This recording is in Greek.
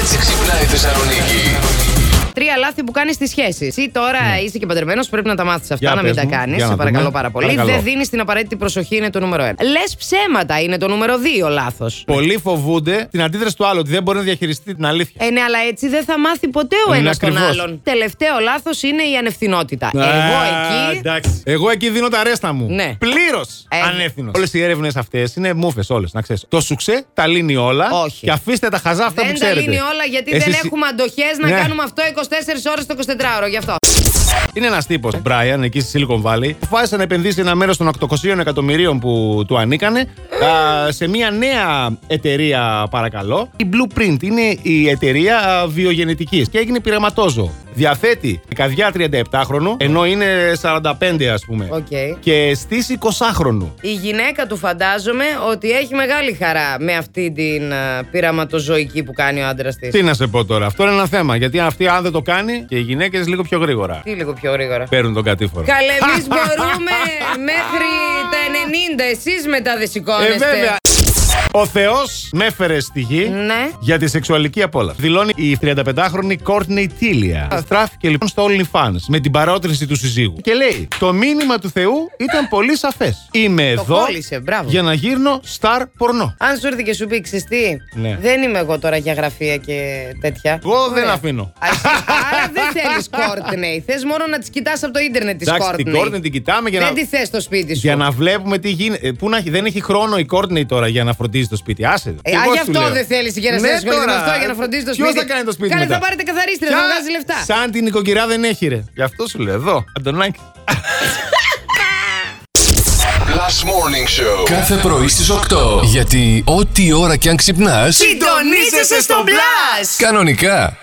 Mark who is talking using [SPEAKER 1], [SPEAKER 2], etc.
[SPEAKER 1] έτσι ξυπνάει η Θεσσαλονίκη.
[SPEAKER 2] Τρία λάθη που κάνεις στις σχέσεις. Εσύ τώρα είσαι και παντρεμένος, πρέπει να τα μάθεις αυτά,
[SPEAKER 3] Ναι. Για
[SPEAKER 2] να
[SPEAKER 3] πες
[SPEAKER 2] μην τα
[SPEAKER 3] μου,
[SPEAKER 2] κάνεις.
[SPEAKER 3] για να
[SPEAKER 2] Σε
[SPEAKER 3] δούμε.
[SPEAKER 2] παρακαλώ πάρα πολύ.
[SPEAKER 3] Παρακαλώ.
[SPEAKER 2] Δεν δίνεις την απαραίτητη προσοχή, είναι το νούμερο ένα. Λες ψέματα, είναι το νούμερο δύο λάθος.
[SPEAKER 3] Πολλοί φοβούνται την αντίδραση του άλλου, ότι δεν μπορεί να διαχειριστεί την αλήθεια.
[SPEAKER 2] Ε, ναι, αλλά έτσι δεν θα μάθει ποτέ ο
[SPEAKER 3] Είναι
[SPEAKER 2] ένας τον
[SPEAKER 3] ακριβώς.
[SPEAKER 2] άλλον. Τελευταίο λάθος είναι η ανευθυνότητα. Εγώ
[SPEAKER 3] Α,
[SPEAKER 2] εκεί.
[SPEAKER 3] Ναι, εντάξει. Εγώ εκεί δίνω τα ρέστα μου.
[SPEAKER 2] Ναι.
[SPEAKER 3] Πλήρως
[SPEAKER 2] Ε.
[SPEAKER 3] ανεύθυνο. Όλες οι έρευνες αυτές είναι μούφε όλες, να ξέρεις. Το σουξέ τα λύνει όλα.
[SPEAKER 2] Όχι.
[SPEAKER 3] Και αφήστε τα χαζά αυτά
[SPEAKER 2] Δεν
[SPEAKER 3] που
[SPEAKER 2] τα
[SPEAKER 3] ξέρετε.
[SPEAKER 2] λύνει όλα γιατί δεν
[SPEAKER 3] Εσείς-
[SPEAKER 2] έχουμε αντοχές να
[SPEAKER 3] Ναι.
[SPEAKER 2] κάνουμε αυτό 24 ώρες το 24ωρο. Γι' αυτό.
[SPEAKER 3] Είναι ένας τύπος, Brian, εκεί στη Silicon Valley, που αποφάσισε να επενδύσει ένα μέρος των 800 εκατομμυρίων που του ανήκανε α, σε μια νέα εταιρεία, παρακαλώ. Η Blueprint είναι η εταιρεία βιογενετικής και έγινε πειραματόζωο. Διαθέτει καδιά 37χρονου, ενώ είναι 45, ας πούμε.
[SPEAKER 2] Οκ.
[SPEAKER 3] Και στήσει 20χρονου.
[SPEAKER 2] Η γυναίκα του φαντάζομαι ότι έχει μεγάλη χαρά με αυτή την α, πειραματοζωική που κάνει ο άντρας της.
[SPEAKER 3] Τι να σε πω τώρα, αυτό είναι ένα θέμα. Γιατί αυτή, αν δεν το κάνει, και οι γυναίκες λίγο πιο γρήγορα
[SPEAKER 2] Τι λίγο πιο γρήγορα.
[SPEAKER 3] παίρνουν τον κατήφορο.
[SPEAKER 2] Καλέ, εμείς μπορούμε μέχρι τα 90. Εσείς μετά δεν
[SPEAKER 3] Ε,
[SPEAKER 2] σηκώνεστε.
[SPEAKER 3] βέβαια. Ο Θεός με έφερε στη γη
[SPEAKER 2] Ναι.
[SPEAKER 3] για τη σεξουαλική απόλαυση. Δηλώνει η 35χρονη Courtney Τίλια. Στράφηκε λοιπόν στο OnlyFans με την παρότρινση του συζύγου. Και λέει: Το μήνυμα του Θεού ήταν πολύ σαφές. Είμαι
[SPEAKER 2] Το
[SPEAKER 3] εδώ
[SPEAKER 2] κόλλησε, μπράβο.
[SPEAKER 3] για να γύρνω star πορνό.
[SPEAKER 2] Αν σου έρθει και σου πει «Ξέρεις τι,
[SPEAKER 3] Ναι.
[SPEAKER 2] δεν είμαι εγώ τώρα για γραφεία και τέτοια.
[SPEAKER 3] Εγώ δεν αφήνω.
[SPEAKER 2] Ναι. Α, εσύ- Άρα δεν θέλεις Κόρτνεϊ. Θες μόνο να τις κοιτάς από το ίντερνετ της
[SPEAKER 3] Εντάξει, την Courtney την κοιτάμε για
[SPEAKER 2] Δεν
[SPEAKER 3] να.
[SPEAKER 2] τη θες στο σπίτι σου.
[SPEAKER 3] Για να βλέπουμε τι γίνεται. Ε, Πού να έχει, δεν έχει χρόνο η Courtney τώρα για να φροντίζει το σπίτι. Άσε.
[SPEAKER 2] Ε, α, γι' αυτό δεν θέλεις για να σε ασχολείται με αυτό, για να φροντίζει το σπίτι.
[SPEAKER 3] Ποιο Ναι, θα κάνει το σπίτι.
[SPEAKER 2] Κάνε,
[SPEAKER 3] μετά.
[SPEAKER 2] θα πάρετε καθαρίστρια, θα
[SPEAKER 3] Ποια-
[SPEAKER 2] βγάζει λεφτά.
[SPEAKER 3] Σαν την οικοκυρά δεν έχει, ρε. Γι' αυτό σου λέω εδώ. Αντωνάκη.
[SPEAKER 1] Last Morning Show.
[SPEAKER 4] Κάθε πρωί στις 8. Γιατί ό,τι ώρα κι αν ξυπνάς,
[SPEAKER 2] Συντονίζεσαι στο μπλα!
[SPEAKER 4] κανονικά.